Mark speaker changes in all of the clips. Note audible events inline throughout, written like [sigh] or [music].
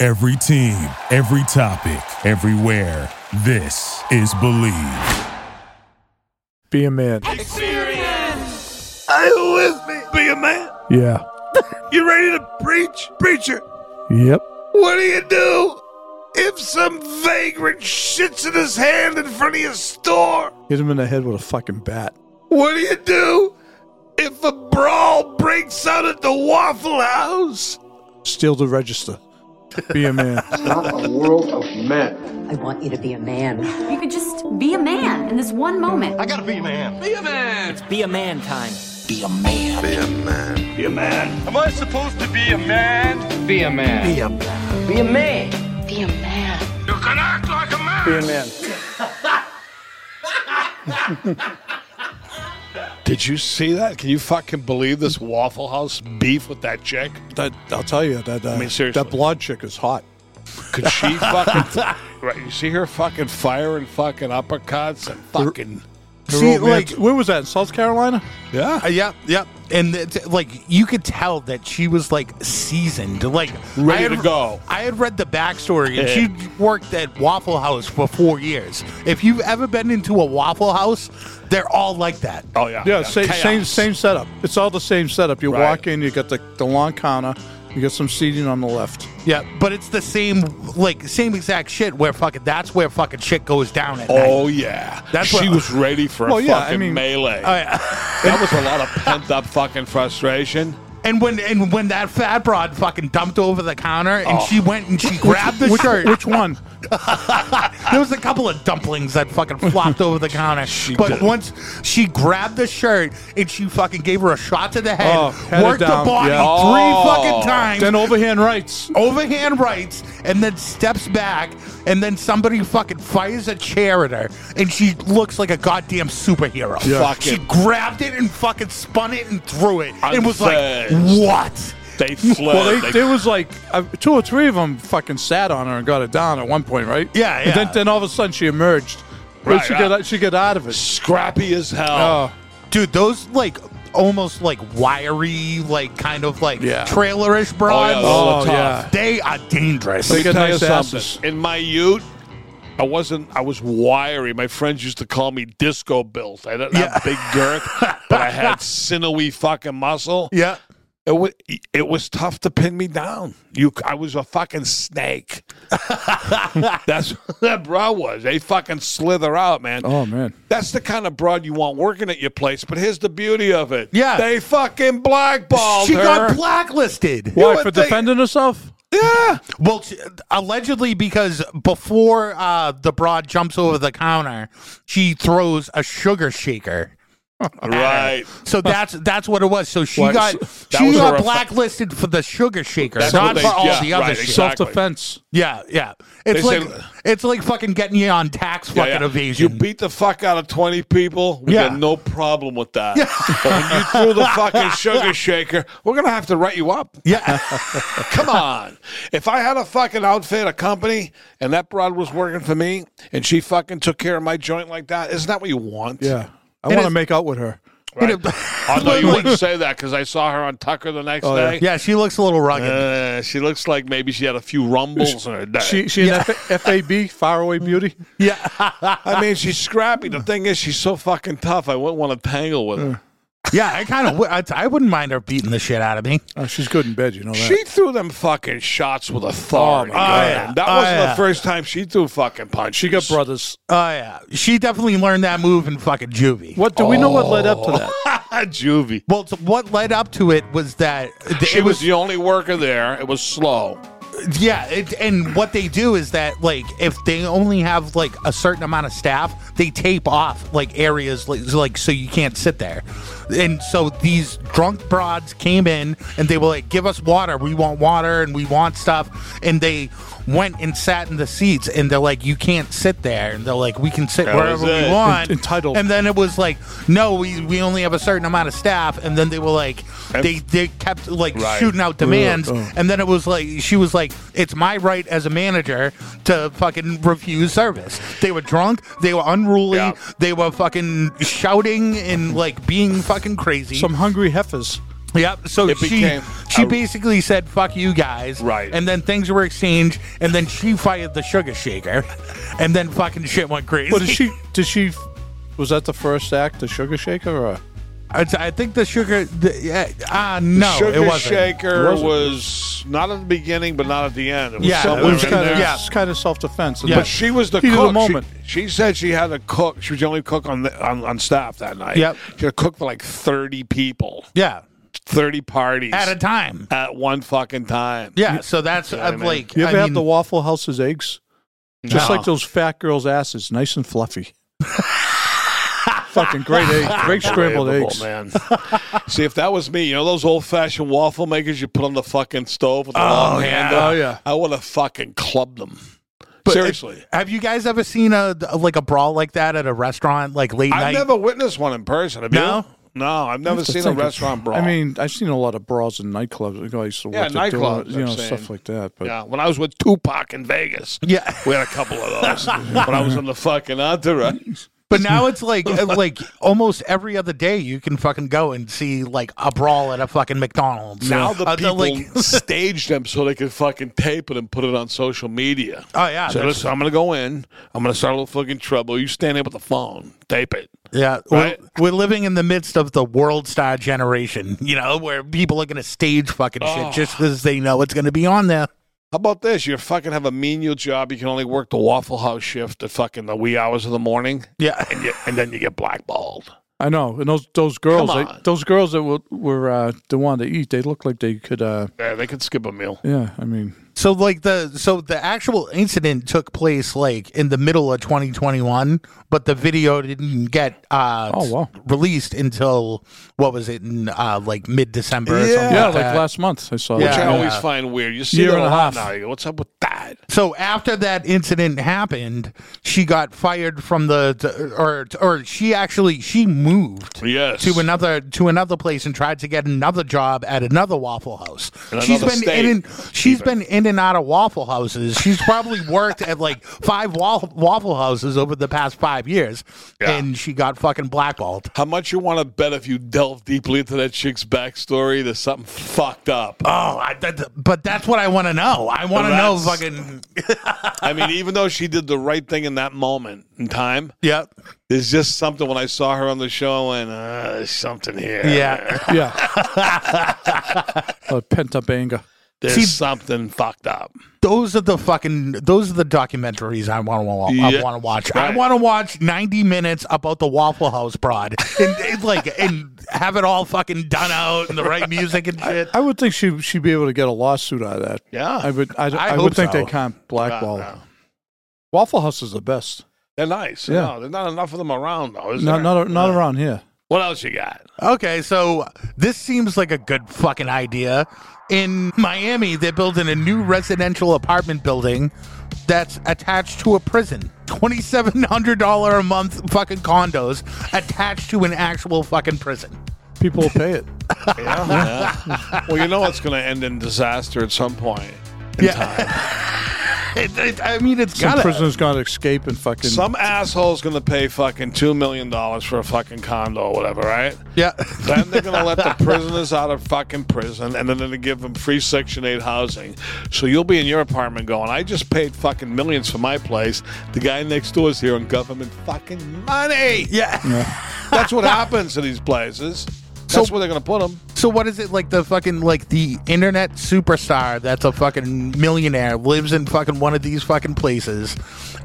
Speaker 1: Every team, every topic, everywhere. This is Believe.
Speaker 2: Be a man.
Speaker 3: Are you with me? Be a man.
Speaker 2: Yeah.
Speaker 3: You ready to preach? Preacher,
Speaker 2: Yep.
Speaker 3: what do you do if some vagrant shits in his hand in front of your store?
Speaker 2: Hit him in the head with a fucking bat.
Speaker 3: What do you do if a brawl breaks out at the Waffle House?
Speaker 2: Steal the register. Be a man.
Speaker 4: not a world of men.
Speaker 5: I want you to be a man.
Speaker 6: You could just be a man in this one moment.
Speaker 7: I gotta be a man. Be a man. It's be a man time.
Speaker 3: Be a man.
Speaker 7: Am I supposed to be a man? Be a man. Be a man. Be a man.
Speaker 5: Be a man.
Speaker 3: You can act like a man.
Speaker 2: Be a man.
Speaker 3: Did you see that? Can you fucking believe this Waffle House beef with that chick?
Speaker 2: That I'll tell you that uh,
Speaker 3: I mean, seriously.
Speaker 2: that blonde chick is hot.
Speaker 3: Could
Speaker 2: [laughs]
Speaker 3: she fucking right? You see her fucking firing fucking uppercuts and fucking
Speaker 2: See,
Speaker 8: romance-
Speaker 2: like, where was that? In South Carolina?
Speaker 3: yeah.
Speaker 8: Uh, yeah, yeah. And it's, like you could tell that she was like seasoned, like
Speaker 3: Ready
Speaker 8: I had,
Speaker 3: to go.
Speaker 8: I had read the backstory, and she
Speaker 3: [laughs]
Speaker 8: worked at Waffle House for four years. If you've ever been into a Waffle House, they're all like that.
Speaker 3: Oh yeah.
Speaker 2: Yeah, same, same
Speaker 3: Chaos.
Speaker 2: same setup. It's all the same setup. You
Speaker 3: Right.
Speaker 2: walk in, you got the, the long counter, you got some seating on the left.
Speaker 8: Yeah, but it's the same, like same exact shit. Where fucking that's where fucking shit goes down at night.
Speaker 3: Oh yeah.
Speaker 8: That's
Speaker 3: she
Speaker 8: what-
Speaker 3: was ready for
Speaker 2: Well,
Speaker 3: a
Speaker 2: yeah, I
Speaker 3: fucking
Speaker 2: mean-
Speaker 3: melee.
Speaker 8: All right.
Speaker 3: that was a lot of pent up fucking frustration.
Speaker 8: And when and when that fat broad fucking dumped over the counter, and
Speaker 3: Oh.
Speaker 8: she went
Speaker 3: [laughs]
Speaker 8: and she grabbed the
Speaker 2: which,
Speaker 8: shirt.
Speaker 2: Which one?
Speaker 8: there was a couple of dumplings that fucking flopped over
Speaker 2: [laughs]
Speaker 8: the counter. but
Speaker 3: did.
Speaker 8: once she grabbed the shirt and she fucking gave her a shot to the head,
Speaker 2: Oh, head
Speaker 8: worked the
Speaker 2: down,
Speaker 8: body
Speaker 2: yeah.
Speaker 8: three
Speaker 3: Oh.
Speaker 8: fucking times,
Speaker 2: then overhand rights.
Speaker 8: overhand rights, and then steps back, and then somebody fucking fires a chair at her, and she looks like a goddamn superhero.
Speaker 2: Yeah.
Speaker 3: Fuck
Speaker 8: she
Speaker 3: it.
Speaker 8: grabbed it and fucking spun it and threw it,
Speaker 3: I'm
Speaker 8: and was
Speaker 3: fast.
Speaker 8: like, "What?"
Speaker 3: They fled.
Speaker 2: [laughs] Well,
Speaker 3: They-
Speaker 2: they, there was like uh, two or three of them fucking sat on her and got it down at one point, right?
Speaker 8: Yeah,
Speaker 2: And then,
Speaker 8: yeah.
Speaker 2: then all of a sudden she emerged.
Speaker 3: Right,
Speaker 2: she
Speaker 3: yeah.
Speaker 2: got she got out of it.
Speaker 3: scrappy as hell.
Speaker 2: Oh,
Speaker 8: dude those like almost like wiry like kind of like
Speaker 2: Yeah.
Speaker 8: trailerish broads
Speaker 3: yeah, those
Speaker 2: are Oh, tough. yeah.
Speaker 8: they are dangerous
Speaker 2: They
Speaker 3: Let me
Speaker 2: got
Speaker 3: tell you
Speaker 2: nice
Speaker 3: something.
Speaker 2: asses.
Speaker 3: In my ute, I wasn't. I was wiry. My friends used to call me disco built. I didn't have big [laughs] girth, but I had sinewy fucking muscle.
Speaker 8: yeah
Speaker 3: It was it was tough to pin me down. You, I was a fucking [laughs] snake. That's what that broad was. They fucking slither out, man.
Speaker 2: oh man.
Speaker 3: That's the kind of broad you want working at your place. But here's the beauty of it.
Speaker 8: Yeah.
Speaker 3: they fucking blackballed
Speaker 8: she
Speaker 3: her.
Speaker 8: got blacklisted
Speaker 2: Why
Speaker 3: would
Speaker 2: for
Speaker 3: think-
Speaker 2: defending herself?
Speaker 3: yeah,
Speaker 8: well she- allegedly because before uh the broad jumps over the counter she throws a sugar shaker
Speaker 3: right.
Speaker 8: so that's that's what it was so she
Speaker 2: What?
Speaker 8: got
Speaker 3: That
Speaker 8: she
Speaker 3: was
Speaker 8: got
Speaker 3: her-
Speaker 8: blacklisted for the sugar shaker
Speaker 3: That's what
Speaker 8: not
Speaker 3: they-
Speaker 8: for all
Speaker 3: yeah,
Speaker 8: the other
Speaker 3: right,
Speaker 8: shit
Speaker 3: exactly.
Speaker 2: Self defense.
Speaker 8: yeah yeah it's
Speaker 3: They
Speaker 8: like
Speaker 3: said-
Speaker 8: it's like fucking getting you on tax
Speaker 3: Yeah,
Speaker 8: fucking
Speaker 3: yeah.
Speaker 8: evasion
Speaker 3: You beat the fuck out of 20 people. We
Speaker 8: Yeah.
Speaker 3: got no problem with that. But when you threw the fucking sugar shaker, we're going to have to write you
Speaker 2: [laughs]
Speaker 3: up.
Speaker 8: yeah
Speaker 3: Come on. If I had a fucking outfit, a company, and that broad was working for me, and she fucking took care of my joint like that, isn't that what you want?
Speaker 2: Yeah, I
Speaker 8: It
Speaker 2: want to
Speaker 8: is-
Speaker 2: make out with her.
Speaker 3: Right?
Speaker 8: It-
Speaker 3: Although
Speaker 2: [laughs]
Speaker 3: you wouldn't say that because I saw her on Tucker the next
Speaker 2: Oh, yeah.
Speaker 3: day.
Speaker 8: Yeah, she looks a little rugged.
Speaker 3: Uh, she looks like maybe she had a few rumbles in her day.
Speaker 2: She she an F- FAB faraway beauty.
Speaker 8: yeah, [laughs]
Speaker 3: I mean, she's scrappy. The thing is, she's so fucking tough. I wouldn't want to tangle
Speaker 2: Mm.
Speaker 3: with her.
Speaker 8: yeah. I kind of, w- I, I wouldn't mind her beating the shit out of me.
Speaker 2: Oh, she's good in bed, you know that.
Speaker 3: She threw them fucking shots with authority.
Speaker 2: Oh, my God.
Speaker 3: man. That
Speaker 8: Oh,
Speaker 3: wasn't
Speaker 8: yeah.
Speaker 3: the first time she threw fucking punches.
Speaker 2: she got brothers.
Speaker 8: Oh yeah, she definitely learned that move in fucking juvie.
Speaker 2: What do we know? What led up to that?
Speaker 8: [laughs]
Speaker 3: juvie.
Speaker 8: Well, so what led up to it was that th-
Speaker 3: She
Speaker 8: it
Speaker 3: was the only worker there. It was slow.
Speaker 8: Yeah, it, and what they do is that like if they only have like a certain amount of staff, they tape off like areas like, so, like so you can't sit there. And so these drunk broads came in and they were like, "Give us water. We want water and we want stuff." And they went and sat in the seats and they're like, "You can't sit there." And they're like, "We can sit
Speaker 3: That was
Speaker 8: wherever we
Speaker 3: it.
Speaker 8: want."
Speaker 2: Entitled.
Speaker 8: And then it was like, "No, we we only have a certain amount of staff." And then they were like, they they kept like
Speaker 3: Right.
Speaker 8: shooting out demands.
Speaker 2: Oh,
Speaker 8: And then it was like she was like, "It's my right as a manager to fucking refuse service." They were drunk, they were unruly,
Speaker 3: Yeah.
Speaker 8: they were fucking shouting and like being fucking crazy.
Speaker 2: Some hungry heifers.
Speaker 8: yep. So
Speaker 3: It
Speaker 8: she
Speaker 3: became
Speaker 8: she
Speaker 3: a-
Speaker 8: basically said, "Fuck you guys."
Speaker 3: Right.
Speaker 8: And then things were exchanged, and then she fired the sugar shaker, and then fucking shit went crazy.
Speaker 2: But did she? Did she? Was that the first act, the sugar shaker? Or?
Speaker 8: I I think the sugar. The, yeah, ah, no,
Speaker 3: Sugar
Speaker 8: it wasn't.
Speaker 3: Shaker
Speaker 2: wasn't.
Speaker 3: was not at the beginning, but not at the end. It was
Speaker 8: Yeah,
Speaker 3: somewhere
Speaker 2: It was
Speaker 3: in
Speaker 2: kind of,
Speaker 3: there.
Speaker 8: yeah.
Speaker 2: it's kind of self defense.
Speaker 8: Yeah.
Speaker 3: But she was the
Speaker 2: Heat of the
Speaker 3: cook. She-
Speaker 2: moment.
Speaker 3: She, said she had a cook. She was the only cook on the, on, on staff that night.
Speaker 8: Yep.
Speaker 3: She had a cook for like thirty people,
Speaker 8: Yeah,
Speaker 3: thirty parties
Speaker 8: at a time.
Speaker 3: at one fucking time.
Speaker 8: Yeah, so that's
Speaker 3: You know what I
Speaker 8: I'm
Speaker 3: mean?
Speaker 8: like
Speaker 2: You ever
Speaker 8: I
Speaker 2: have
Speaker 8: mean,
Speaker 2: the Waffle House's eggs? Just
Speaker 3: No.
Speaker 2: like those fat girls' asses, nice and fluffy. [laughs] Fucking great egg, great scrambled
Speaker 3: Unbelievable,
Speaker 2: eggs.
Speaker 3: man. [laughs] See, if that was me, you know those old fashioned waffle makers you put on the fucking stove with the long handle.
Speaker 2: Oh, yeah.
Speaker 3: I would have fucking clubbed them.
Speaker 8: But
Speaker 3: Seriously.
Speaker 8: it- have you guys ever seen a like a brawl like that at a restaurant, like late
Speaker 3: I've
Speaker 8: night?
Speaker 3: never witnessed one in person. Have
Speaker 8: No?
Speaker 3: you? No, I've never
Speaker 2: have to
Speaker 3: seen a
Speaker 2: think of-
Speaker 3: restaurant brawl.
Speaker 2: I mean, I've seen a lot of brawls in nightclubs. You know, I used to
Speaker 3: Yeah,
Speaker 2: work at
Speaker 3: nightclubs,
Speaker 2: doors, you
Speaker 3: I'm
Speaker 2: know,
Speaker 3: saying.
Speaker 2: stuff like that. But
Speaker 3: yeah, when I was with Tupac in Vegas,
Speaker 8: Yeah.
Speaker 3: we had a couple of those. [laughs] when I was in the fucking entourage,
Speaker 8: but
Speaker 3: [laughs]
Speaker 8: now it's like uh, like almost every other day you can fucking go and see like a brawl at a fucking McDonald's.
Speaker 3: now the
Speaker 8: Uh, they're
Speaker 3: people
Speaker 8: like,
Speaker 3: [laughs] staged them so they could fucking tape it and put it on social media.
Speaker 8: [laughs] oh yeah,
Speaker 3: so
Speaker 8: that's-
Speaker 3: listen, I'm gonna go in. I'm gonna start a little fucking trouble. You stand there with the phone, tape it.
Speaker 8: yeah.
Speaker 3: right?
Speaker 8: We're, we're living in the midst of the world star generation, [laughs] you know, where people are gonna stage fucking
Speaker 3: Oh.
Speaker 8: shit just because they know it's gonna be on there.
Speaker 3: How about this? You fucking have a menial job. You can only work the Waffle House shift at fucking the wee hours of the morning,
Speaker 8: Yeah,
Speaker 3: and, you, and then you get blackballed.
Speaker 2: I know, and those those girls,
Speaker 3: Come
Speaker 2: they-
Speaker 3: on.
Speaker 2: those girls that were, were uh, the one to eat, they looked like they could. Uh,
Speaker 3: Yeah, they could skip a meal.
Speaker 2: yeah, I mean,
Speaker 8: So like the so the actual incident took place like in the middle of 2021, but the video didn't get uh
Speaker 2: Oh, wow.
Speaker 8: released until what was it in uh like mid December or something.
Speaker 2: yeah,
Speaker 8: like,
Speaker 2: like
Speaker 8: that.
Speaker 2: last month I saw.
Speaker 8: Yeah.
Speaker 3: Which
Speaker 2: that.
Speaker 3: I always find weird. You see
Speaker 2: Year
Speaker 3: that
Speaker 2: and
Speaker 3: a
Speaker 2: a
Speaker 3: lot
Speaker 2: half.
Speaker 3: now. You go, what's up with that?
Speaker 8: So after that incident happened, she got fired from the the- or or she actually she moved
Speaker 3: Yes.
Speaker 8: to another to another place and tried to get another job at another Waffle House.
Speaker 3: In
Speaker 8: she's
Speaker 3: another
Speaker 8: been
Speaker 3: state,
Speaker 8: in and, she's
Speaker 3: even.
Speaker 8: been in and out of Waffle Houses. She's probably worked at like five wa- Waffle Houses over the past five years,
Speaker 3: Yeah.
Speaker 8: and she got fucking blackballed.
Speaker 3: How much you want to bet if you delve deeply into that chick's backstory, there's something fucked up.
Speaker 8: Oh, I, that, but that's what I want to know. I want to know
Speaker 3: That's-
Speaker 8: fucking
Speaker 3: I mean, even though she did the right thing in that moment in time,
Speaker 8: yep.
Speaker 3: there's just something when I saw her on the show and uh, there's something here.
Speaker 8: Yeah.
Speaker 2: yeah, uh, pent up anger.
Speaker 3: There's
Speaker 8: See-
Speaker 3: something fucked up.
Speaker 8: Those are the fucking those are the documentaries I want to watch.
Speaker 3: Yeah.
Speaker 8: I want to watch.
Speaker 3: Right.
Speaker 8: I want to watch 90 minutes about the Waffle House broad [laughs] and, and, like and have it all fucking done out and the right music and shit.
Speaker 2: I would think she she'd be able to get a lawsuit out of that.
Speaker 3: Yeah.
Speaker 2: I would. I,
Speaker 8: I
Speaker 2: I
Speaker 8: hope
Speaker 2: would think
Speaker 8: so.
Speaker 2: they can't blackball.
Speaker 3: No, no.
Speaker 2: Waffle House is the best.
Speaker 3: They're nice.
Speaker 2: Yeah.
Speaker 3: No, there's not enough of them around, though. Is
Speaker 2: Not
Speaker 3: there?
Speaker 2: not, not around here.
Speaker 3: What else you [laughs] got?
Speaker 8: Okay, so this seems like a good fucking idea. In Miami, they're building a new residential apartment building that's attached to a prison. $2,700 a month fucking condos attached to an actual fucking prison.
Speaker 2: People will
Speaker 8: [laughs]
Speaker 2: pay it.
Speaker 3: Well, you know it's going to end in disaster at some point.
Speaker 8: [laughs] It, it, I mean, it's
Speaker 2: Some
Speaker 8: got
Speaker 2: prisoner's gonna escape and fucking.
Speaker 3: Some asshole's going to pay fucking $2 million for a fucking condo or whatever, right?
Speaker 8: Yeah.
Speaker 3: Then they're going to let [laughs] the prisoners out of fucking prison, and then they're going to give them free Section 8 housing. So you'll be in your apartment going, I just paid fucking millions for my place. The guy next door is here on government fucking money.
Speaker 8: Yeah.
Speaker 3: That's what happens to these places. That's
Speaker 8: So-
Speaker 3: where they're going to put them.
Speaker 8: So what is it like the fucking like the internet superstar that's a fucking millionaire lives in fucking one of these fucking places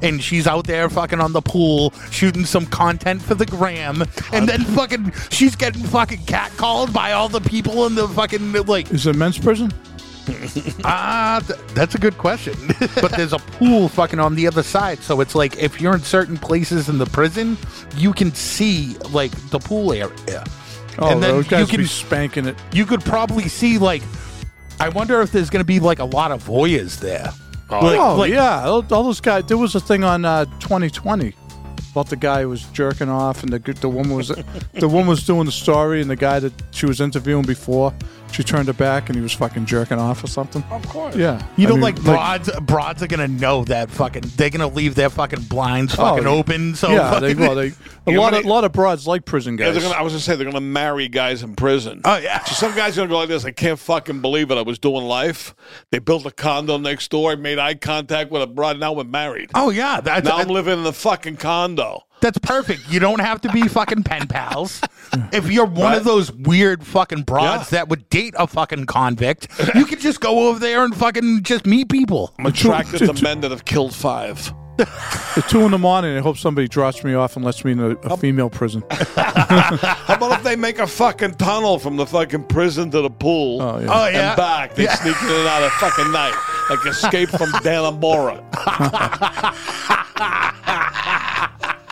Speaker 8: and she's out there fucking on the pool shooting some content for the gram and then fucking she's getting fucking catcalled by all the people in the fucking like
Speaker 2: is it men's prison?
Speaker 8: Ah, th- that's a good question. [laughs] but there's a pool fucking on the other side, so it's like if you're in certain places in the prison, you can see like the pool area.
Speaker 2: Oh,
Speaker 8: and then
Speaker 2: those guys
Speaker 8: you can
Speaker 2: be spanking it.
Speaker 8: you could probably see like I wonder if there's going to be like a lot of voyeurs there. Like-
Speaker 2: oh
Speaker 8: like-
Speaker 2: yeah, all, all those guys. There was a thing on uh, 2020 about the guy who was jerking off, and the g- the woman was the woman was doing the story, and the guy that she was interviewing before, she turned her back, and he was fucking jerking off or something.
Speaker 3: Of course.
Speaker 2: Yeah,
Speaker 8: You
Speaker 2: I
Speaker 8: know,
Speaker 2: mean,
Speaker 8: like broads, broads are gonna know that fucking. They're gonna leave their fucking blinds
Speaker 2: Oh,
Speaker 8: fucking
Speaker 2: yeah.
Speaker 8: open. So
Speaker 2: yeah, they,
Speaker 8: fucking,
Speaker 2: well,
Speaker 8: [laughs]
Speaker 2: they, a
Speaker 3: You
Speaker 2: lot of
Speaker 3: wanna-
Speaker 2: lot of broads like prison
Speaker 3: Yeah,
Speaker 2: guys.
Speaker 3: they're gonna, I was gonna say they're gonna marry guys in prison.
Speaker 8: Oh, yeah.
Speaker 3: So some guys gonna be like this. I can't fucking believe it. I was doing life. They built a condo next door. I made eye contact with a broad. Now we're married.
Speaker 8: oh yeah, that's
Speaker 3: now I'm living in the fucking condo.
Speaker 8: that's perfect. You don't have to be fucking pen pals. If you're one
Speaker 3: Right.
Speaker 8: of those weird fucking broads
Speaker 3: Yeah.
Speaker 8: that would date a fucking convict, you could just go over there and fucking just meet people.
Speaker 3: I'm attracted
Speaker 8: [laughs]
Speaker 3: to men that have killed five.
Speaker 2: At two in the morning, I hope somebody drops me off and lets me in a, a female
Speaker 8: [laughs]
Speaker 2: prison.
Speaker 3: How about if they make a fucking tunnel from the fucking prison to the pool
Speaker 2: Oh, yeah.
Speaker 8: Oh, yeah.
Speaker 3: and back? They sneak in and out at fucking night, like escape from
Speaker 8: [laughs]
Speaker 3: Danamora.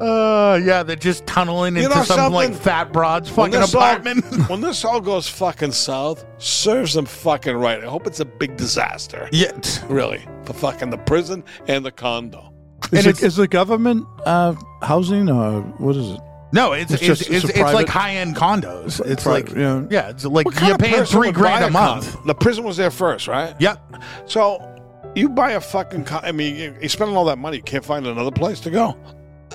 Speaker 8: Uh, yeah, they're just tunneling
Speaker 3: You
Speaker 8: into
Speaker 3: know
Speaker 8: some like
Speaker 3: something?
Speaker 8: fat broads
Speaker 3: When
Speaker 8: fucking
Speaker 3: this
Speaker 8: apartment. [laughs]
Speaker 3: All, [laughs] when this all goes fucking south, serves them fucking right. I hope it's a big disaster.
Speaker 8: yeah,
Speaker 3: Really. For fucking the prison and the condo.
Speaker 2: Is,
Speaker 8: And
Speaker 2: it,
Speaker 8: it's-
Speaker 2: is the government uh, housing or what is it?
Speaker 8: no, it's
Speaker 2: It's
Speaker 8: it's
Speaker 2: just-
Speaker 8: it's,
Speaker 2: it's
Speaker 8: it's,
Speaker 2: a
Speaker 8: like
Speaker 2: private-
Speaker 8: high end condos. It's
Speaker 2: private,
Speaker 8: like
Speaker 2: yeah.
Speaker 8: yeah, it's like
Speaker 3: What kind
Speaker 8: you're
Speaker 3: of
Speaker 8: paying
Speaker 3: person
Speaker 8: three
Speaker 3: would buy
Speaker 8: grand a month.
Speaker 3: condo? The prison was there first, right?
Speaker 8: Yep.
Speaker 3: So you buy a fucking condo. I mean, you- you're spending all that money. You can't find another place to go.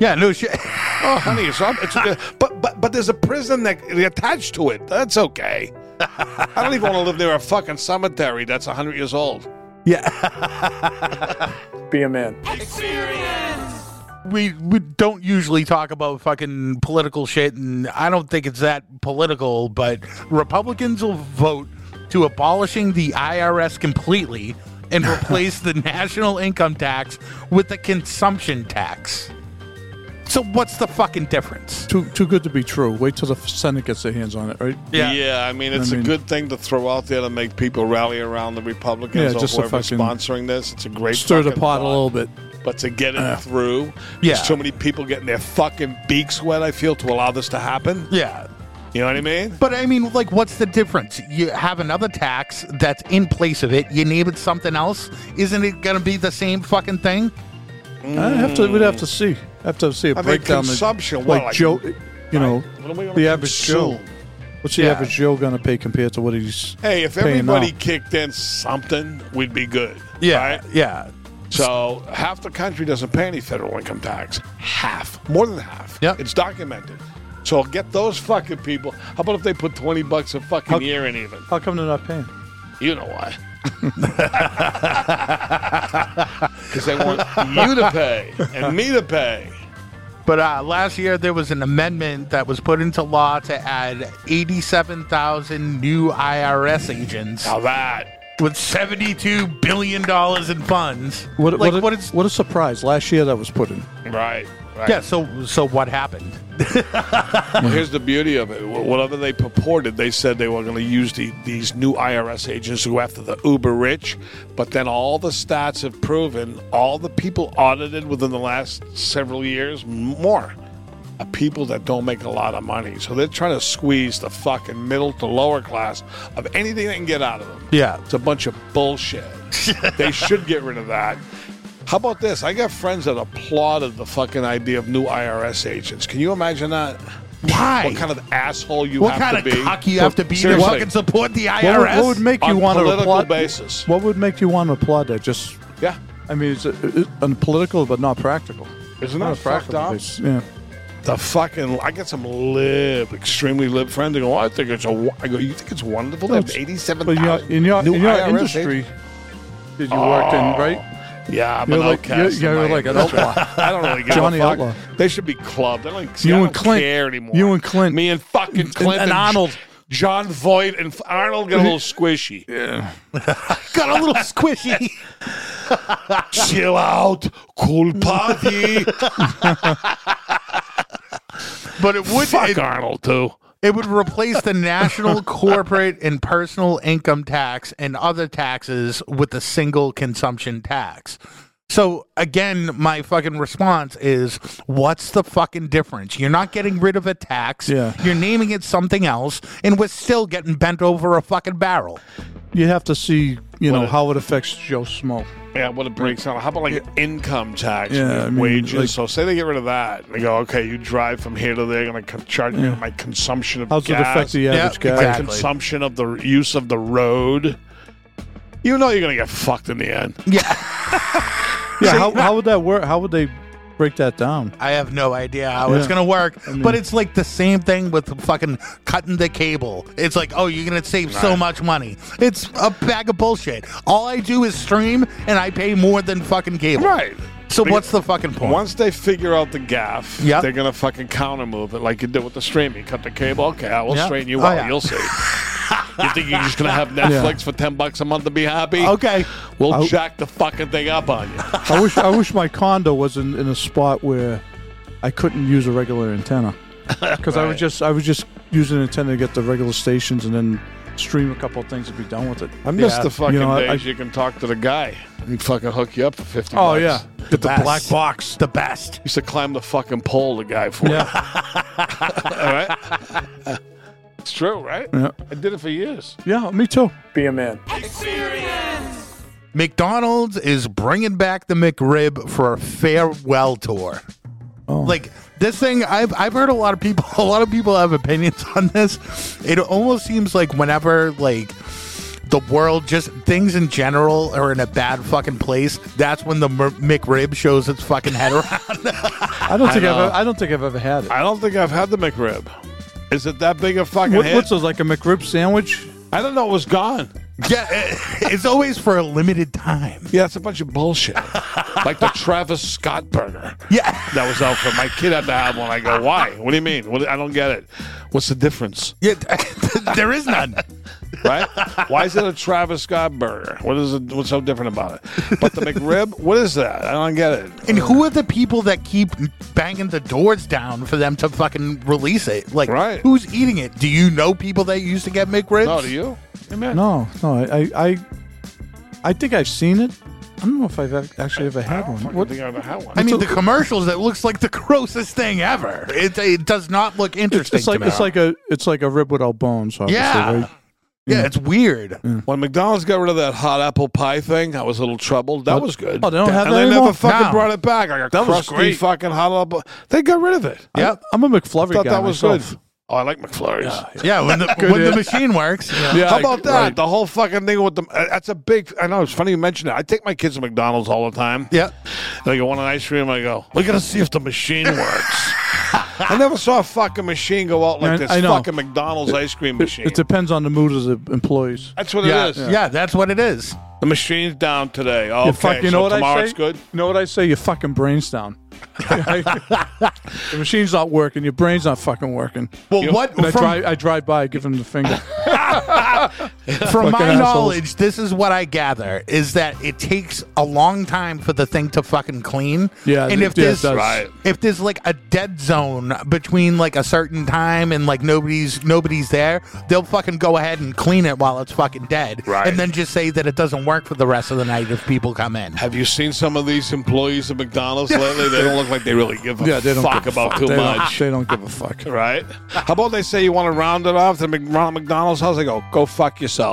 Speaker 8: Yeah, no shit.
Speaker 3: Oh, honey, it's, it's [laughs] but but but there's a prison that attached to it. That's okay. I don't even want to live near a fucking cemetery that's hundred years old.
Speaker 2: Be a man.
Speaker 8: We we don't usually talk about fucking political shit, and I don't think it's that political. But Republicans will vote to abolishing the IRS completely [laughs] and replace the national income tax with the consumption tax. So what's the fucking difference?
Speaker 2: Too too good to be true. Wait till the Senate gets their hands on it, right?
Speaker 8: Yeah.
Speaker 3: I mean it's
Speaker 2: I mean-
Speaker 3: a good thing to throw out there to make people rally around the Republicans
Speaker 2: Yeah,
Speaker 3: or
Speaker 2: just to
Speaker 3: whoever's
Speaker 2: fucking
Speaker 3: sponsoring this. It's a great
Speaker 2: Stir the
Speaker 3: fucking
Speaker 2: pot a
Speaker 3: thought.
Speaker 2: little Uh, bit.
Speaker 3: But to get it through,
Speaker 8: Yeah.
Speaker 3: there's so many people getting their fucking beaks wet. I feel to allow this to happen.
Speaker 8: Yeah,
Speaker 3: You know what I mean?
Speaker 8: But I mean, like, what's the difference? You have another tax that's in place of it. You name it something else. Isn't it going to be the same fucking thing?
Speaker 2: I have to. We'd have to see. Have to see a
Speaker 3: I mean,
Speaker 2: breakdown. that-
Speaker 3: consumption,
Speaker 2: Like,
Speaker 3: what, like-
Speaker 2: Joe, you know,
Speaker 3: What are we gonna
Speaker 2: the average Joe.
Speaker 3: consume?
Speaker 2: What's the
Speaker 8: Yeah.
Speaker 2: average Joe going to pay compared to what he's?
Speaker 3: Hey, if
Speaker 2: paying
Speaker 3: everybody
Speaker 2: now?
Speaker 3: kicked in something, we'd be good. right?
Speaker 8: yeah,
Speaker 3: So half the country doesn't pay any federal income tax. Half, more than half.
Speaker 8: Yep.
Speaker 3: it's documented. So get those fucking people. How about if they put twenty bucks a fucking year in even?
Speaker 2: how come they're not paying?
Speaker 3: You know why? Because they want you to pay and me to pay.
Speaker 8: But uh, last year there was an amendment that was put into law to add eighty-seven thousand new IRS agents
Speaker 3: Now that
Speaker 8: with seventy-two billion dollars in funds.
Speaker 2: What,
Speaker 8: like
Speaker 2: what, a,
Speaker 8: what is?
Speaker 2: what a surprise! Last year that was put in.
Speaker 3: right. right.
Speaker 8: Yeah. So so what happened?
Speaker 3: Well, here's the beauty of it. Wh- Whatever they purported, they said they were going to use the, these new IRS agents to go after the uber rich. But then all the stats have proven all the people audited within the last several years, m- more. are uh, people that don't make a lot of money. So they're trying to squeeze the fucking middle to lower class of anything they can get out of them.
Speaker 8: Yeah.
Speaker 3: It's a bunch of
Speaker 8: [laughs]
Speaker 3: bullshit. they should get rid of that. How about this? I got friends that applauded the fucking idea of new IRS agents. Can you imagine that?
Speaker 8: Why?
Speaker 3: What kind of asshole you
Speaker 8: What
Speaker 3: have
Speaker 8: kind
Speaker 3: to
Speaker 8: of
Speaker 3: be?
Speaker 8: cock you have to be to
Speaker 3: Seriously.
Speaker 8: fucking support the
Speaker 2: What would,
Speaker 8: IRS?
Speaker 2: what would make you
Speaker 3: on
Speaker 2: want to
Speaker 3: political
Speaker 2: applaud?
Speaker 3: basis.
Speaker 2: What would make you want to applaud that? Just
Speaker 3: yeah.
Speaker 2: I mean, it's uh, it- unpolitical but not practical.
Speaker 3: Isn't
Speaker 2: Not
Speaker 3: that fucked
Speaker 2: practical,
Speaker 3: up?
Speaker 2: it's- Yeah.
Speaker 3: The fucking I got some lib, extremely lib friend. They go, I think it's a. wo-" I go, you think it's wonderful? They
Speaker 2: No,
Speaker 3: have
Speaker 2: it's-
Speaker 3: eighty-seven.
Speaker 2: But you know, in your,
Speaker 3: new
Speaker 2: in your
Speaker 3: IRS
Speaker 2: industry,
Speaker 3: agents.
Speaker 2: did you worked in
Speaker 3: Oh.
Speaker 2: right?
Speaker 3: Yeah, I'm
Speaker 2: You're
Speaker 3: an
Speaker 2: like-
Speaker 3: outcast.
Speaker 2: you're-
Speaker 3: in
Speaker 2: you're
Speaker 3: my
Speaker 2: like an
Speaker 3: industry.
Speaker 2: outlaw.
Speaker 3: [laughs] I don't really give
Speaker 2: Johnny
Speaker 3: a fuck.
Speaker 2: Outlaw.
Speaker 3: They should be clubbed. I don't, like, see,
Speaker 2: You
Speaker 3: I
Speaker 2: and
Speaker 3: don't
Speaker 2: Clint-
Speaker 3: care anymore.
Speaker 2: you and Clint.
Speaker 3: me and fucking
Speaker 2: and
Speaker 3: Clint
Speaker 2: Arnold.
Speaker 3: John Voight and f- Arnold got
Speaker 2: [laughs]
Speaker 3: a little squishy.
Speaker 2: Yeah.
Speaker 8: Got a
Speaker 2: [laughs]
Speaker 8: little squishy.
Speaker 3: Chill out, cool
Speaker 2: [laughs]
Speaker 3: party.
Speaker 8: but it would
Speaker 3: Fuck
Speaker 8: it,
Speaker 3: Arnold too.
Speaker 8: it would replace the national corporate and personal income tax and other taxes with a single consumption tax. So again, my fucking response is what's the fucking difference? You're not getting rid of a tax.
Speaker 2: Yeah.
Speaker 8: You're naming it something else and we're still getting bent over a fucking barrel.
Speaker 2: You'd have to see, you know,
Speaker 3: What a-
Speaker 2: how it affects Joe Smoke.
Speaker 3: Yeah, what it breaks down. How about like income tax,
Speaker 2: Yeah,
Speaker 3: and
Speaker 2: I mean,
Speaker 3: wages?
Speaker 2: like-
Speaker 3: so say they get rid of that, and they go, okay, you drive from here to there, going to charge me on my consumption of
Speaker 2: How's it
Speaker 3: gas,
Speaker 2: affect the average guy?
Speaker 8: Yeah,
Speaker 3: my
Speaker 8: Exactly.
Speaker 3: consumption of the use of the road. You know you're going to get fucked in the end.
Speaker 2: Yeah, how, how would that work? How would they break that down?
Speaker 8: I have no idea how it's
Speaker 2: Yeah.
Speaker 8: gonna work.
Speaker 2: I mean-
Speaker 8: but it's like the same thing with fucking cutting the cable. It's like, oh, you're gonna save so much money. It's a bag of bullshit. All I do is stream, and I pay more than fucking cable.
Speaker 3: Right.
Speaker 8: So
Speaker 3: Because
Speaker 8: what's the fucking point?
Speaker 3: Once they figure out the gaff,
Speaker 8: Yep.
Speaker 3: they're going to fucking counter move it like you did with the streaming. Cut the cable. Okay, I will
Speaker 8: Yeah.
Speaker 3: straighten you
Speaker 8: Oh,
Speaker 3: out.
Speaker 8: yeah.
Speaker 3: You'll see. you think you're just going to [laughs] have Netflix for 10 bucks a month to be happy?
Speaker 8: okay.
Speaker 3: We'll
Speaker 2: I-
Speaker 3: jack the fucking thing up on you.
Speaker 2: I wish I wish my condo was in, in a spot where I couldn't use a regular
Speaker 3: [laughs]
Speaker 2: antenna because I would just I would just use an antenna to get the regular stations and then stream a couple of things and be done with it.
Speaker 3: I miss
Speaker 8: Yeah.
Speaker 3: the fucking
Speaker 2: You know, I-
Speaker 3: days you can talk to the guy. He'd fucking hook you up for 50
Speaker 2: Oh
Speaker 3: bucks.
Speaker 2: yeah,
Speaker 8: The, best.
Speaker 2: black
Speaker 8: box. The best.
Speaker 3: Used to climb the fucking pole, the guy for
Speaker 2: yeah,
Speaker 3: you. All right? [laughs] it's true, right?
Speaker 2: Yeah.
Speaker 3: I did it for years.
Speaker 2: yeah. Me too.
Speaker 7: Be a man.
Speaker 8: McDonald's is bringing back the McRib for a farewell tour. Like this thing, I've I've heard a lot of people. [laughs] A lot of people have opinions on this. It almost seems like whenever like the world, just things in general, are in a bad fucking place. That's when the Mer- McRib shows its fucking head around.
Speaker 2: I don't think I have ever, I don't think I've ever had it.
Speaker 3: I don't think I've had the McRib. Is it that big a fucking
Speaker 2: What,
Speaker 3: hit?
Speaker 2: what's those like a McRib sandwich?
Speaker 3: I don't know. It was gone.
Speaker 8: yeah, it- it's always for a limited time.
Speaker 3: Yeah, it's a bunch of bullshit. [laughs] like the Travis Scott burger.
Speaker 8: Yeah. [laughs]
Speaker 3: That was out for my kid had to have one. I go, why? What do you mean? What, I don't get it. What's the difference?
Speaker 8: Yeah, [laughs] there is none.
Speaker 3: right? Why is it a Travis Scott burger? What is it? What's so different about it? But the McRib, what is that? I don't get it.
Speaker 8: And who are the people that keep banging the doors down for them to fucking release it? Like,
Speaker 3: Right.
Speaker 8: who's eating it? Do you know people that used to get McRibs?
Speaker 3: No, do you? Hey, man.
Speaker 2: No, no. I I I, I think I've seen it. I don't know if I've ev- actually ever
Speaker 3: I
Speaker 2: had
Speaker 3: don't
Speaker 2: one.
Speaker 3: fucking
Speaker 2: What-
Speaker 3: think I ever had one.
Speaker 8: I mean, the commercials. It looks like the grossest thing ever. It, it does not look
Speaker 2: It's,
Speaker 8: interesting.
Speaker 2: it's like
Speaker 8: to me.
Speaker 2: it's like a it's like a rib without bones. Obviously,
Speaker 8: yeah,
Speaker 2: right?
Speaker 8: yeah, it's weird.
Speaker 3: when McDonald's got rid of that hot apple pie thing, I was a little troubled. That was good.
Speaker 2: Oh, they don't have
Speaker 3: and
Speaker 2: that
Speaker 3: they
Speaker 2: anymore?
Speaker 3: never fucking
Speaker 8: No.
Speaker 3: brought it back. Like a
Speaker 8: That was
Speaker 3: crusty
Speaker 8: great.
Speaker 3: fucking hot apple. They got rid of it. I
Speaker 8: Yep.
Speaker 2: I'm a McFlurry
Speaker 3: thought
Speaker 2: guy.
Speaker 3: that was
Speaker 2: myself.
Speaker 3: good. Oh, I like McFlurries.
Speaker 8: Yeah, when
Speaker 2: [laughs]
Speaker 8: the when the machine works.
Speaker 2: Yeah,
Speaker 3: How
Speaker 2: I-
Speaker 3: about that?
Speaker 2: right.
Speaker 3: The whole fucking thing with the uh, that's a big. I know it's funny you mentioned it. I take my kids to McDonald's all the time.
Speaker 8: Yeah.
Speaker 3: They go want an ice cream. I go. We're gonna see if the machine works.
Speaker 2: [laughs]
Speaker 3: I never saw a fucking machine go out like
Speaker 2: I-
Speaker 3: this.
Speaker 2: I know.
Speaker 3: Fucking McDonald's ice cream
Speaker 2: It,
Speaker 3: machine.
Speaker 2: it depends on the mood of the employees.
Speaker 3: that's what
Speaker 8: yeah,
Speaker 3: it is.
Speaker 8: yeah, that's what it is.
Speaker 3: The machine's down today. Okay,
Speaker 2: You fuck- you
Speaker 3: so
Speaker 2: know what
Speaker 3: tomorrow
Speaker 2: I say?
Speaker 3: it's good.
Speaker 2: You know what I say? Your fucking brain's
Speaker 3: [laughs]
Speaker 2: down. the machine's not working. Your brain's not fucking working.
Speaker 8: Well,
Speaker 3: You-
Speaker 8: what
Speaker 2: And I
Speaker 8: from-
Speaker 2: drive, I drive by, I give him the
Speaker 3: [laughs]
Speaker 2: finger.
Speaker 8: From
Speaker 2: Fucking
Speaker 8: my
Speaker 2: assholes.
Speaker 8: knowledge, this is what I gather is that it takes a long time for the thing to fucking clean.
Speaker 2: Yeah,
Speaker 8: and
Speaker 2: it-
Speaker 8: if
Speaker 2: yeah, it
Speaker 8: there's
Speaker 2: does.
Speaker 3: Right.
Speaker 8: if there's like a dead zone between like a certain time and like nobody's nobody's there, they'll fucking go ahead and clean it while it's fucking dead,
Speaker 3: Right.
Speaker 8: and then just say that it doesn't work for the rest of the night if people come in.
Speaker 3: Have you seen some of these employees at McDonald's lately? They're don't look like they really give a
Speaker 2: Yeah, they don't
Speaker 3: fuck
Speaker 2: give a
Speaker 3: about
Speaker 2: fuck.
Speaker 3: too
Speaker 2: They don't-
Speaker 3: much.
Speaker 2: they don't give a fuck.
Speaker 3: Right? How about they say you want to round it off to Mc- Ronald McDonald's house? I go, go fuck yourself.
Speaker 2: [laughs]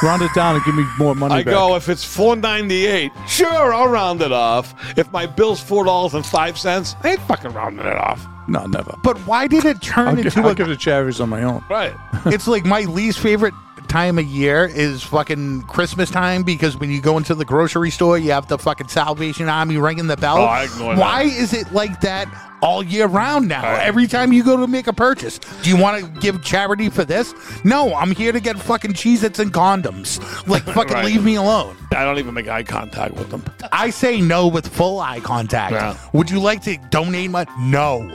Speaker 2: Round it down and give me more money.
Speaker 3: I
Speaker 2: back.
Speaker 3: go, if it's four ninety eight, sure, I'll round it off. If my bill's four dollars and five cents, I ain't fucking rounding it off.
Speaker 2: No, never.
Speaker 8: But why did it turn
Speaker 2: I'll, gi-
Speaker 8: into
Speaker 2: I'll
Speaker 8: a
Speaker 2: give it to charities on my own.
Speaker 3: Right.
Speaker 8: it's like my least favorite time of year is fucking Christmas time because when you go into the grocery store, you have the fucking Salvation Army ringing the bell.
Speaker 3: Oh, I ignore that.
Speaker 8: Why is it like that all year round now? Every time you go to make a purchase, do you want to give charity for this? No, I'm here to get fucking Cheez Its and condoms.
Speaker 3: [laughs]
Speaker 8: Like, fucking
Speaker 3: Right.
Speaker 8: leave me alone.
Speaker 3: I don't even make eye contact with them.
Speaker 8: I say no with full eye contact.
Speaker 3: Yeah.
Speaker 8: Would you like to donate money? No.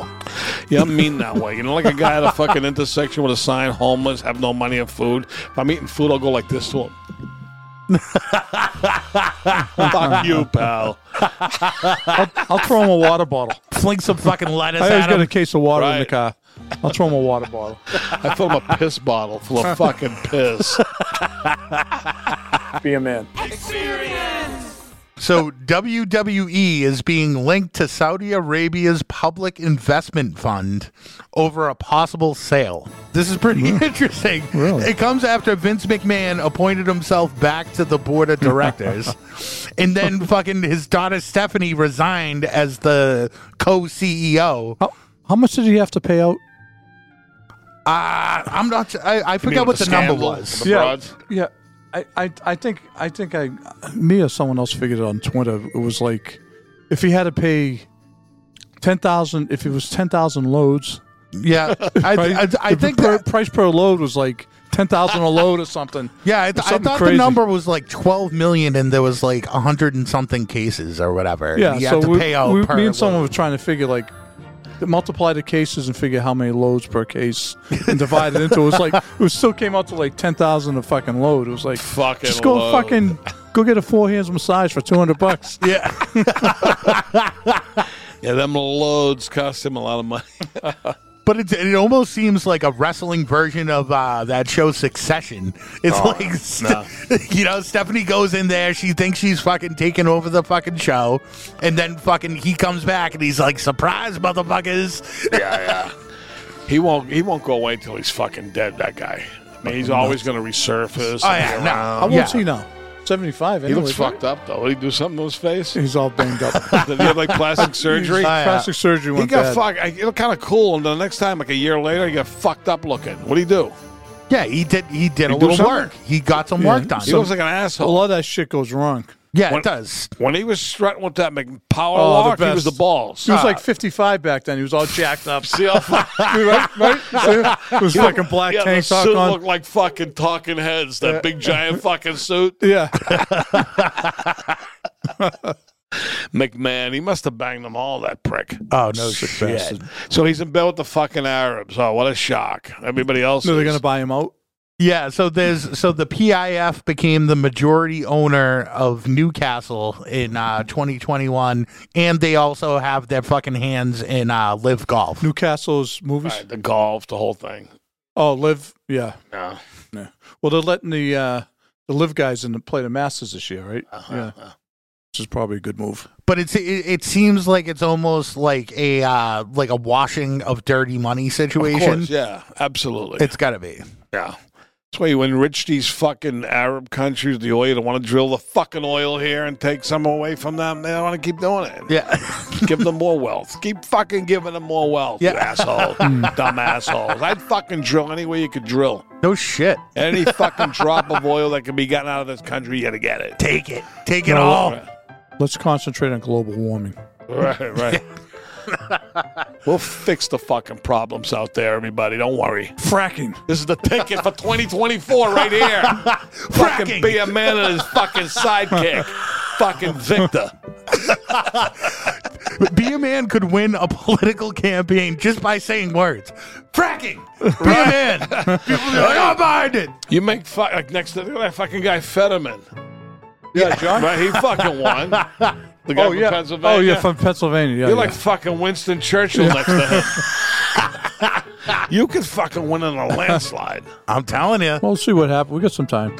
Speaker 3: Yeah, I'm mean that way. You know, like a guy at a fucking intersection with a sign, homeless, have no money or food. If I'm eating food, I'll go like this to him. [laughs] Fuck you, pal.
Speaker 2: I'll throw him a water bottle.
Speaker 8: Fling some fucking lettuce
Speaker 2: I always
Speaker 8: at
Speaker 2: got a
Speaker 8: him.
Speaker 2: case of water in the
Speaker 3: Right.
Speaker 2: car. I'll throw him a water bottle.
Speaker 3: I fill him a piss bottle full of fucking piss.
Speaker 2: Be a man.
Speaker 8: So WWE is being linked to Saudi Arabia's public investment fund over a possible sale. This is pretty interesting.
Speaker 2: Hmm. Really?
Speaker 8: It comes after Vince McMahon appointed himself back to the board of
Speaker 2: [laughs]
Speaker 8: directors. and then fucking his daughter Stephanie resigned as the E co-CEO.
Speaker 2: How, how much did he have to pay out?
Speaker 8: Uh, I'm not su- I, I forgot
Speaker 3: with
Speaker 8: what the,
Speaker 3: the
Speaker 8: number
Speaker 3: scandal?
Speaker 8: was.
Speaker 3: The Yeah. broads?
Speaker 2: yeah. I, I, I think I think I me or someone else figured it on Twitter. It was like if he had to pay ten thousand, if it was ten thousand loads,
Speaker 8: Yeah. I,
Speaker 2: [laughs]
Speaker 8: I,
Speaker 2: right?
Speaker 8: I
Speaker 2: The
Speaker 8: think
Speaker 2: per-
Speaker 8: that,
Speaker 2: price per load was like ten thousand a load or something.
Speaker 8: Yeah, I, th- I
Speaker 2: Something
Speaker 8: thought the
Speaker 2: crazy.
Speaker 8: number was like 12 million and there was like 100 and something cases or whatever.
Speaker 2: Yeah,
Speaker 8: and you
Speaker 2: so
Speaker 8: have to
Speaker 2: we,
Speaker 8: pay out
Speaker 2: we-
Speaker 8: per
Speaker 2: me and someone
Speaker 8: load.
Speaker 2: were trying to figure like multiply the cases and figure how many loads per case and divide it into. It was
Speaker 8: [laughs]
Speaker 2: like it was, still came out to like ten thousand a fucking load. It was like
Speaker 3: Fucking
Speaker 2: just go
Speaker 3: load.
Speaker 2: fucking go get a four hands massage for two hundred
Speaker 8: [laughs]
Speaker 2: bucks.
Speaker 8: Yeah.
Speaker 3: yeah, them loads cost him a lot of money.
Speaker 8: But it, it almost seems like a wrestling version of uh, that show Succession. It's
Speaker 2: Oh,
Speaker 8: like, [laughs] st- you know, Stephanie goes in there. She thinks she's fucking taking over the fucking show. And then fucking he comes back and he's like, surprise, motherfuckers. [laughs]
Speaker 3: He won't. He won't go away until he's fucking dead. That guy. I mean, he's always going to resurface.
Speaker 8: Oh,
Speaker 3: and
Speaker 8: yeah,
Speaker 3: be
Speaker 8: no.
Speaker 3: around.
Speaker 2: How old
Speaker 8: Yeah.
Speaker 2: is he now? Seventy five.
Speaker 3: He looks fucked up though. Did he do something to
Speaker 2: [laughs]
Speaker 3: his face? Did
Speaker 2: He's all banged up.
Speaker 8: [laughs]
Speaker 3: he have like plastic
Speaker 2: Oh,
Speaker 3: surgery?
Speaker 8: yeah.
Speaker 2: Plastic surgery
Speaker 3: He
Speaker 2: went
Speaker 3: got
Speaker 2: bad.
Speaker 3: fucked. It looked kind of cool, and the next time, like a year later, he got fucked up looking. What do he do?
Speaker 8: Yeah, he did. He did a
Speaker 3: do
Speaker 8: little
Speaker 3: something?
Speaker 8: work. He got some
Speaker 2: Yeah,
Speaker 8: work done.
Speaker 3: He looks like an
Speaker 2: A
Speaker 3: asshole.
Speaker 2: lot of that shit goes wrong.
Speaker 3: Oh,
Speaker 8: yeah,
Speaker 3: When-
Speaker 8: it does.
Speaker 3: When he was strutting with that Mc- power
Speaker 2: Oh, the
Speaker 3: walk, he was
Speaker 2: best.
Speaker 3: the balls. Ah.
Speaker 2: He was like 55 back then. He was all
Speaker 3: [laughs]
Speaker 2: jacked up.
Speaker 3: See how fu-
Speaker 2: right? right?
Speaker 3: [laughs]
Speaker 2: See? It was fucking black
Speaker 3: yeah, the
Speaker 2: tank top
Speaker 3: suit
Speaker 2: on.
Speaker 3: looked like fucking talking heads. That big giant fucking suit.
Speaker 2: yeah.
Speaker 3: McMahon, he must have banged them all. That prick.
Speaker 8: Oh, no
Speaker 2: Sick
Speaker 8: shit.
Speaker 2: bastard.
Speaker 3: So he's in bed with the fucking Arabs. Oh, what a shock! Everybody else.
Speaker 2: So they're
Speaker 3: is.
Speaker 2: going to buy him out?
Speaker 8: Yeah, so there's so the PIF became the majority owner of Newcastle in uh, 2021, and they also have their fucking hands in uh, Live Golf.
Speaker 2: Newcastle's movies?
Speaker 3: Right, the golf, the whole thing.
Speaker 2: Oh, Live. Yeah.
Speaker 3: No.
Speaker 2: yeah. Well, they're letting the uh, the Live guys in to play the Masters this year, right?
Speaker 3: Uh-huh.
Speaker 2: Yeah. Which is probably a good move.
Speaker 8: But it's it, it seems like it's almost like a uh, like a washing of dirty money
Speaker 3: Of
Speaker 8: situation.
Speaker 3: course, yeah, absolutely.
Speaker 8: It's gotta be.
Speaker 3: Yeah. That's why you enrich these fucking Arab countries, the oil. You don't want to drill the fucking oil here and take some away from them. They don't want to keep doing it.
Speaker 8: Yeah, [laughs]
Speaker 3: Give them more wealth. Keep fucking giving them more wealth, you
Speaker 8: Yeah. [laughs] Hmm.
Speaker 3: asshole. Dumb assholes. I'd fucking drill any way you could drill.
Speaker 8: no shit.
Speaker 3: Any fucking drop of oil that can be gotten out of this country, you gotta get it.
Speaker 8: Take it, take it all.
Speaker 2: Let's concentrate on global warming.
Speaker 3: Right,
Speaker 8: [laughs]
Speaker 3: right. we'll fix the fucking problems out there, everybody. Don't worry.
Speaker 2: Fracking.
Speaker 3: This is the ticket for 2024 right here.
Speaker 8: [laughs]
Speaker 3: fucking be a man and his fucking
Speaker 8: [laughs]
Speaker 3: sidekick. fucking Victor.
Speaker 8: Be a man could win a political campaign just by saying words. Fracking. Be a man. People be like, I'm behind it.
Speaker 3: You make fuck like next to look at that fucking guy Fetterman. Yeah, John. Right, he fucking won. The guy
Speaker 2: Oh,
Speaker 3: from
Speaker 2: yeah.
Speaker 3: Pennsylvania.
Speaker 2: Oh, yeah, from Pennsylvania. Yeah,
Speaker 3: You're
Speaker 2: yeah.
Speaker 3: like fucking Winston Churchill next to him. [laughs] you could fucking win in a
Speaker 8: [laughs]
Speaker 3: landslide.
Speaker 8: I'm telling you.
Speaker 2: well, we'll see what happens. We got some time.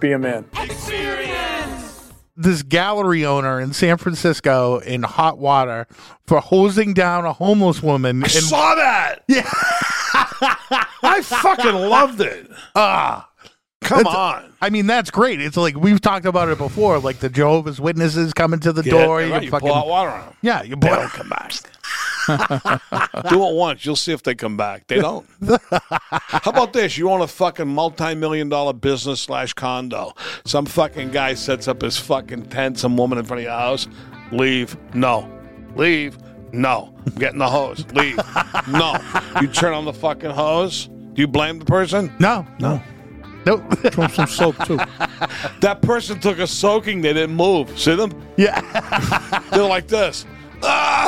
Speaker 2: Be a man.
Speaker 8: this gallery owner in San Francisco in hot water for hosing down a homeless woman. I
Speaker 3: saw that.
Speaker 8: Yeah.
Speaker 3: [laughs] I fucking loved it.
Speaker 8: Ah.
Speaker 3: Come
Speaker 8: That's-
Speaker 3: on.
Speaker 8: I mean, that's great. It's like we've talked about it before, like the Jehovah's Witnesses coming to the door.
Speaker 3: Yeah,
Speaker 8: you
Speaker 3: right, you
Speaker 8: fucking-
Speaker 3: pull out water on 'em.
Speaker 8: Yeah, you
Speaker 3: They
Speaker 8: boil-
Speaker 3: don't come back. Do it once. You'll see if they come back. They don't. How about this? You own a fucking multi-million dollar business slash condo. Some fucking guy sets up his fucking tent, some woman in front of your house. Leave. No. Leave. No. I'm getting the hose. Leave. No. You turn on the fucking hose. Do you blame the person?
Speaker 8: No, no, nope. [laughs]
Speaker 2: Throw some soap too.
Speaker 3: That person took a soaking. They didn't move. See them?
Speaker 8: Yeah,
Speaker 3: [laughs] They're
Speaker 2: [laughs]
Speaker 3: like this.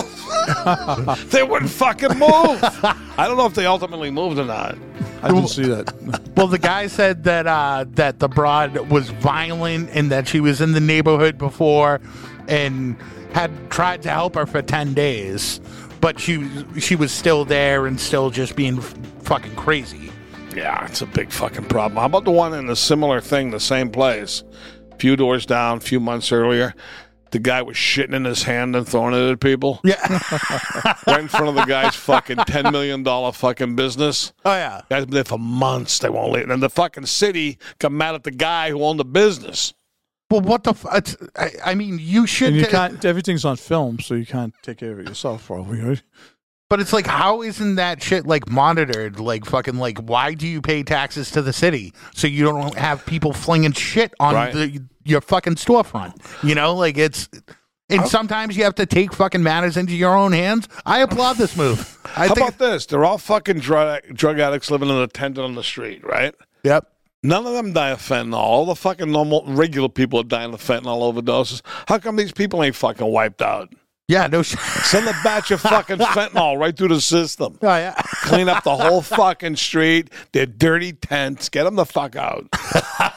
Speaker 3: Ah! they wouldn't fucking move. I don't know if they ultimately moved or not.
Speaker 2: I didn't see that.
Speaker 8: Well, the guy said that uh, that the broad was violent and that she was in the neighborhood before, and had tried to help her for ten days, but she she was still there and still just being f- fucking crazy.
Speaker 3: [laughs] Yeah, it's a big fucking problem. How about the one in a similar thing, the same place, few doors down, few months earlier? The guy was shitting in his hand and throwing it at
Speaker 2: [laughs]
Speaker 3: people.
Speaker 8: Yeah.
Speaker 3: right in front of the guy's fucking ten million dollar fucking business.
Speaker 8: Oh yeah.
Speaker 3: That's been there for months. They won't leave. And the fucking city got mad at the guy who owned the business.
Speaker 8: Well, what the? F- it's, I, I mean, you should.
Speaker 2: And you
Speaker 8: ta-
Speaker 2: can't. Everything's on film, so you can't take care of it yourself, probably. Right?
Speaker 8: But it's like, how isn't that shit like monitored? Like fucking like, why do you pay taxes to the city so you don't have people flinging shit on
Speaker 3: Right.
Speaker 8: the, your fucking storefront? You know, like it's. And sometimes you have to take fucking matters into your own hands. I applaud this move. I
Speaker 3: How
Speaker 8: think.
Speaker 3: about this? They're all fucking drug drug addicts living in a tent on the street, right?
Speaker 8: yep.
Speaker 3: None of them die of fentanyl. All the fucking normal, regular people are dying of fentanyl overdoses. How come these people ain't fucking wiped out?
Speaker 8: Yeah. No. Sh-
Speaker 3: Send a batch of
Speaker 8: [laughs]
Speaker 3: fucking fentanyl right through the system.
Speaker 8: oh, yeah.
Speaker 3: Clean up the whole fucking street. They're dirty tents. Get them the fuck out.
Speaker 8: [laughs]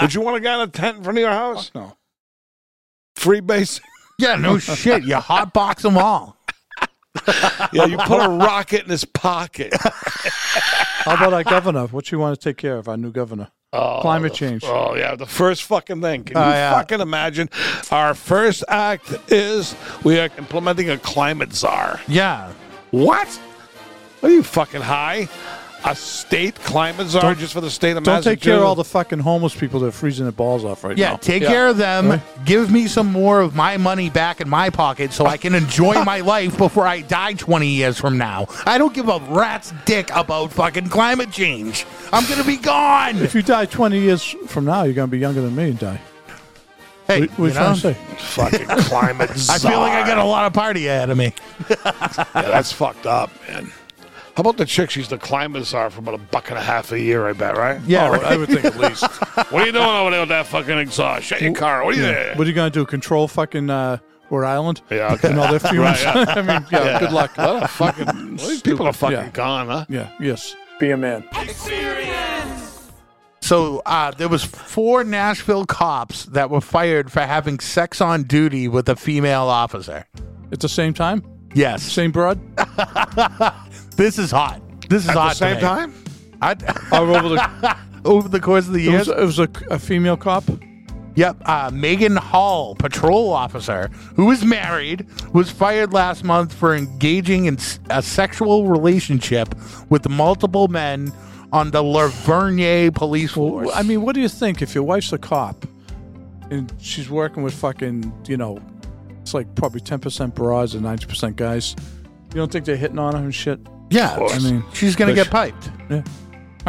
Speaker 3: Would you want a guy in a tent in front of your house?
Speaker 2: No.
Speaker 3: Free base.
Speaker 8: [laughs] Yeah. No shit. You hotbox them all.
Speaker 3: Yeah, you put a rocket in his pocket.
Speaker 2: How about our governor? What you want to take care of? Our new governor.
Speaker 3: Uh,
Speaker 2: Climate change.
Speaker 3: Oh yeah, the first fucking thing. Can you
Speaker 8: Oh, yeah.
Speaker 3: fucking imagine? Our first act is we are implementing a climate czar.
Speaker 8: Yeah.
Speaker 3: What? What are you fucking high? A state climate czar
Speaker 2: Don't-
Speaker 3: just for the state of
Speaker 2: Don't take
Speaker 3: Massachusetts?
Speaker 2: care of all the fucking homeless people that are freezing their balls off right
Speaker 8: Yeah.
Speaker 2: now.
Speaker 8: Take care of them. Give me some more of my money back in my pocket so I can enjoy my life before I die 20 years from now. I don't give a rat's dick about fucking climate change. I'm going to be gone.
Speaker 2: If you die 20 years from now, you're going to be younger than me and die.
Speaker 8: Hey,
Speaker 2: What- what
Speaker 8: you
Speaker 2: you trying
Speaker 8: know,
Speaker 2: to say?
Speaker 3: [laughs]
Speaker 2: [laughs]
Speaker 3: fucking [laughs] climate czar.
Speaker 8: I feel like I got a lot of party ahead of me.
Speaker 3: Yeah, that's fucked up, man. How about the chick? She's the climate czar for about a buck and a half a year, I bet, right?
Speaker 8: Yeah,
Speaker 3: Oh, I would think at
Speaker 8: [laughs]
Speaker 3: least. what are you doing over there with that fucking exhaust? Shut your car. What are you there?
Speaker 2: What are you going to do? Control fucking uh, Rhode Island?
Speaker 3: Yeah, okay.
Speaker 2: And all their fumes?
Speaker 3: [laughs] Right, yeah.
Speaker 2: [laughs] I mean, yeah, good luck.
Speaker 3: What a fucking. These people are fucking
Speaker 2: Yeah. [laughs]
Speaker 3: gone, huh?
Speaker 2: Yeah, yes. Be a man.
Speaker 8: So uh, there was four Nashville cops that were fired for having sex on duty with a female officer.
Speaker 2: At the same time?
Speaker 8: Yes.
Speaker 2: Same broad?
Speaker 8: This is hot. This is
Speaker 3: At
Speaker 8: hot.
Speaker 3: the same
Speaker 8: to me.
Speaker 3: time?
Speaker 8: I,
Speaker 2: All over the,
Speaker 8: [laughs] over the course of the
Speaker 2: it
Speaker 8: years,
Speaker 2: was, it was a, a female cop?
Speaker 8: Yep. Uh, Megan Hall, patrol officer, who is married, was fired last month for engaging in s- a sexual relationship with multiple men on the Lavergne police force.
Speaker 2: Well, I mean, what do you think if your wife's a cop and she's working with fucking, you know, it's like probably 10% broads and 90% guys? You don't think they're hitting on her and shit?
Speaker 8: yeah.
Speaker 2: I mean,
Speaker 8: she's going to get piped.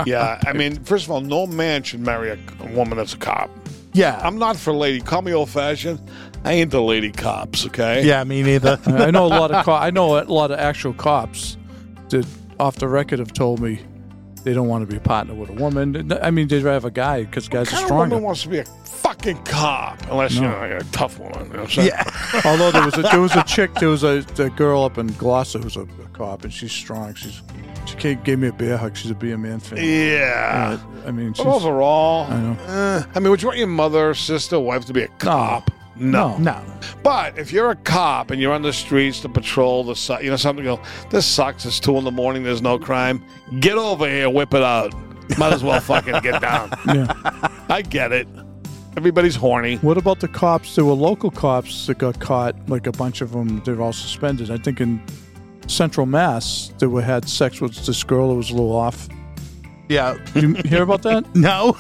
Speaker 3: Yeah, I mean, first of all, no man should marry a, a woman that's a cop.
Speaker 8: Yeah.
Speaker 3: I'm not for lady. Call me old fashioned. I ain't the lady cops, okay?
Speaker 8: yeah, me neither.
Speaker 2: I know a lot of co- I know a lot of actual cops that off the record have told me they don't want to be a partner with a woman. I mean, they'd rather have a guy because guys are
Speaker 3: Kind of woman
Speaker 2: stronger.
Speaker 3: wants to be a fucking cop, unless you know, like a tough woman. You know what I'm saying?
Speaker 8: yeah.
Speaker 2: Although there was a, there was a chick, there was a, a girl up in Gloucester who's a, a cop, and she's strong. She's she can't, gave me a bear hug. She's a beer man fan.
Speaker 3: Yeah.
Speaker 2: Uh, I mean, she's,
Speaker 3: But overall,
Speaker 2: I know.
Speaker 3: eh, I mean, would you want your mother, sister, wife to be a cop?
Speaker 2: no,
Speaker 8: No.
Speaker 3: But if you're a cop and you're on the streets to patrol the site, you know, something go, this sucks. It's two in the morning. There's no crime. Get over here. Whip it out. Might as well fucking get down.
Speaker 2: yeah,
Speaker 3: I get it.
Speaker 9: Everybody's horny.
Speaker 2: What about the cops? There were local cops that got caught, like a bunch of them. They were all suspended. I think in Central Mass, they were had sex with this girl who was a little off.
Speaker 8: Yeah.
Speaker 2: You hear about [laughs] that?
Speaker 8: no. [laughs]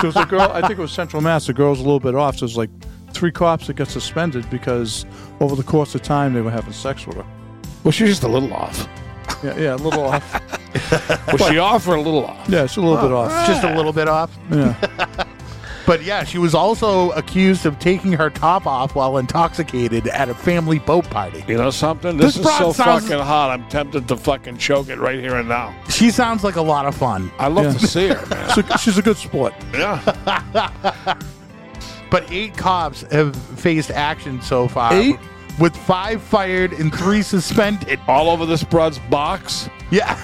Speaker 2: there was a girl. I think it was Central Mass. The girl was a little bit off. So it was like three cops that got suspended because over the course of time they were having sex with her.
Speaker 9: Well, she's just a little off.
Speaker 2: Yeah, yeah, a little off.
Speaker 9: Was she off or a little off?
Speaker 2: [laughs] Yeah, it's a little bit off.
Speaker 8: Just a little bit off.
Speaker 2: Yeah.
Speaker 8: But yeah, she was also accused of taking her top off while intoxicated at a family boat party.
Speaker 9: You know something? This,
Speaker 8: This
Speaker 9: is
Speaker 8: broad
Speaker 9: so
Speaker 8: sounds-
Speaker 9: fucking hot. I'm tempted to fucking choke it right here and now.
Speaker 8: She sounds like a lot of fun.
Speaker 9: I love to see her, man.
Speaker 2: So she's a good sport.
Speaker 9: yeah.
Speaker 8: But eight cops have faced action so far.
Speaker 2: Eight?
Speaker 8: With five fired and three [laughs] suspended.
Speaker 9: All over this broad's box.
Speaker 8: Yeah.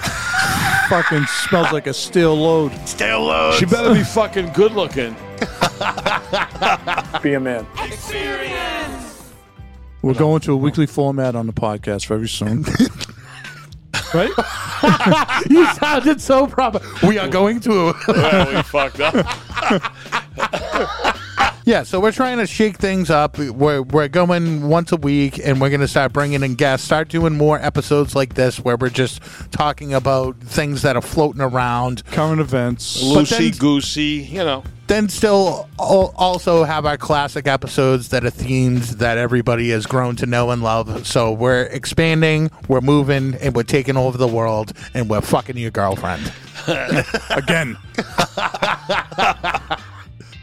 Speaker 2: Fucking smells like a steel load.
Speaker 8: Still
Speaker 3: Uh,
Speaker 8: loads.
Speaker 9: She better be fucking good looking.
Speaker 2: Be a man. We're going to a weekly format on the podcast very [laughs] soon. right?
Speaker 8: [laughs] you sounded so proper. We are going to.
Speaker 9: well, we
Speaker 3: [laughs]
Speaker 9: fucked up.
Speaker 8: [laughs] yeah, so we're trying to shake things up. We're, we're going once a week and we're going to start bringing in guests, start doing more episodes like this where we're just talking about things that are floating around.
Speaker 2: Current events.
Speaker 8: But then-
Speaker 9: Loosey goosey, you know.
Speaker 8: Then still al- also have our classic episodes that are themes that everybody has grown to know and love. So we're expanding, we're moving, and we're taking over the world, and we're fucking your girlfriend.
Speaker 2: Again.
Speaker 10: [laughs]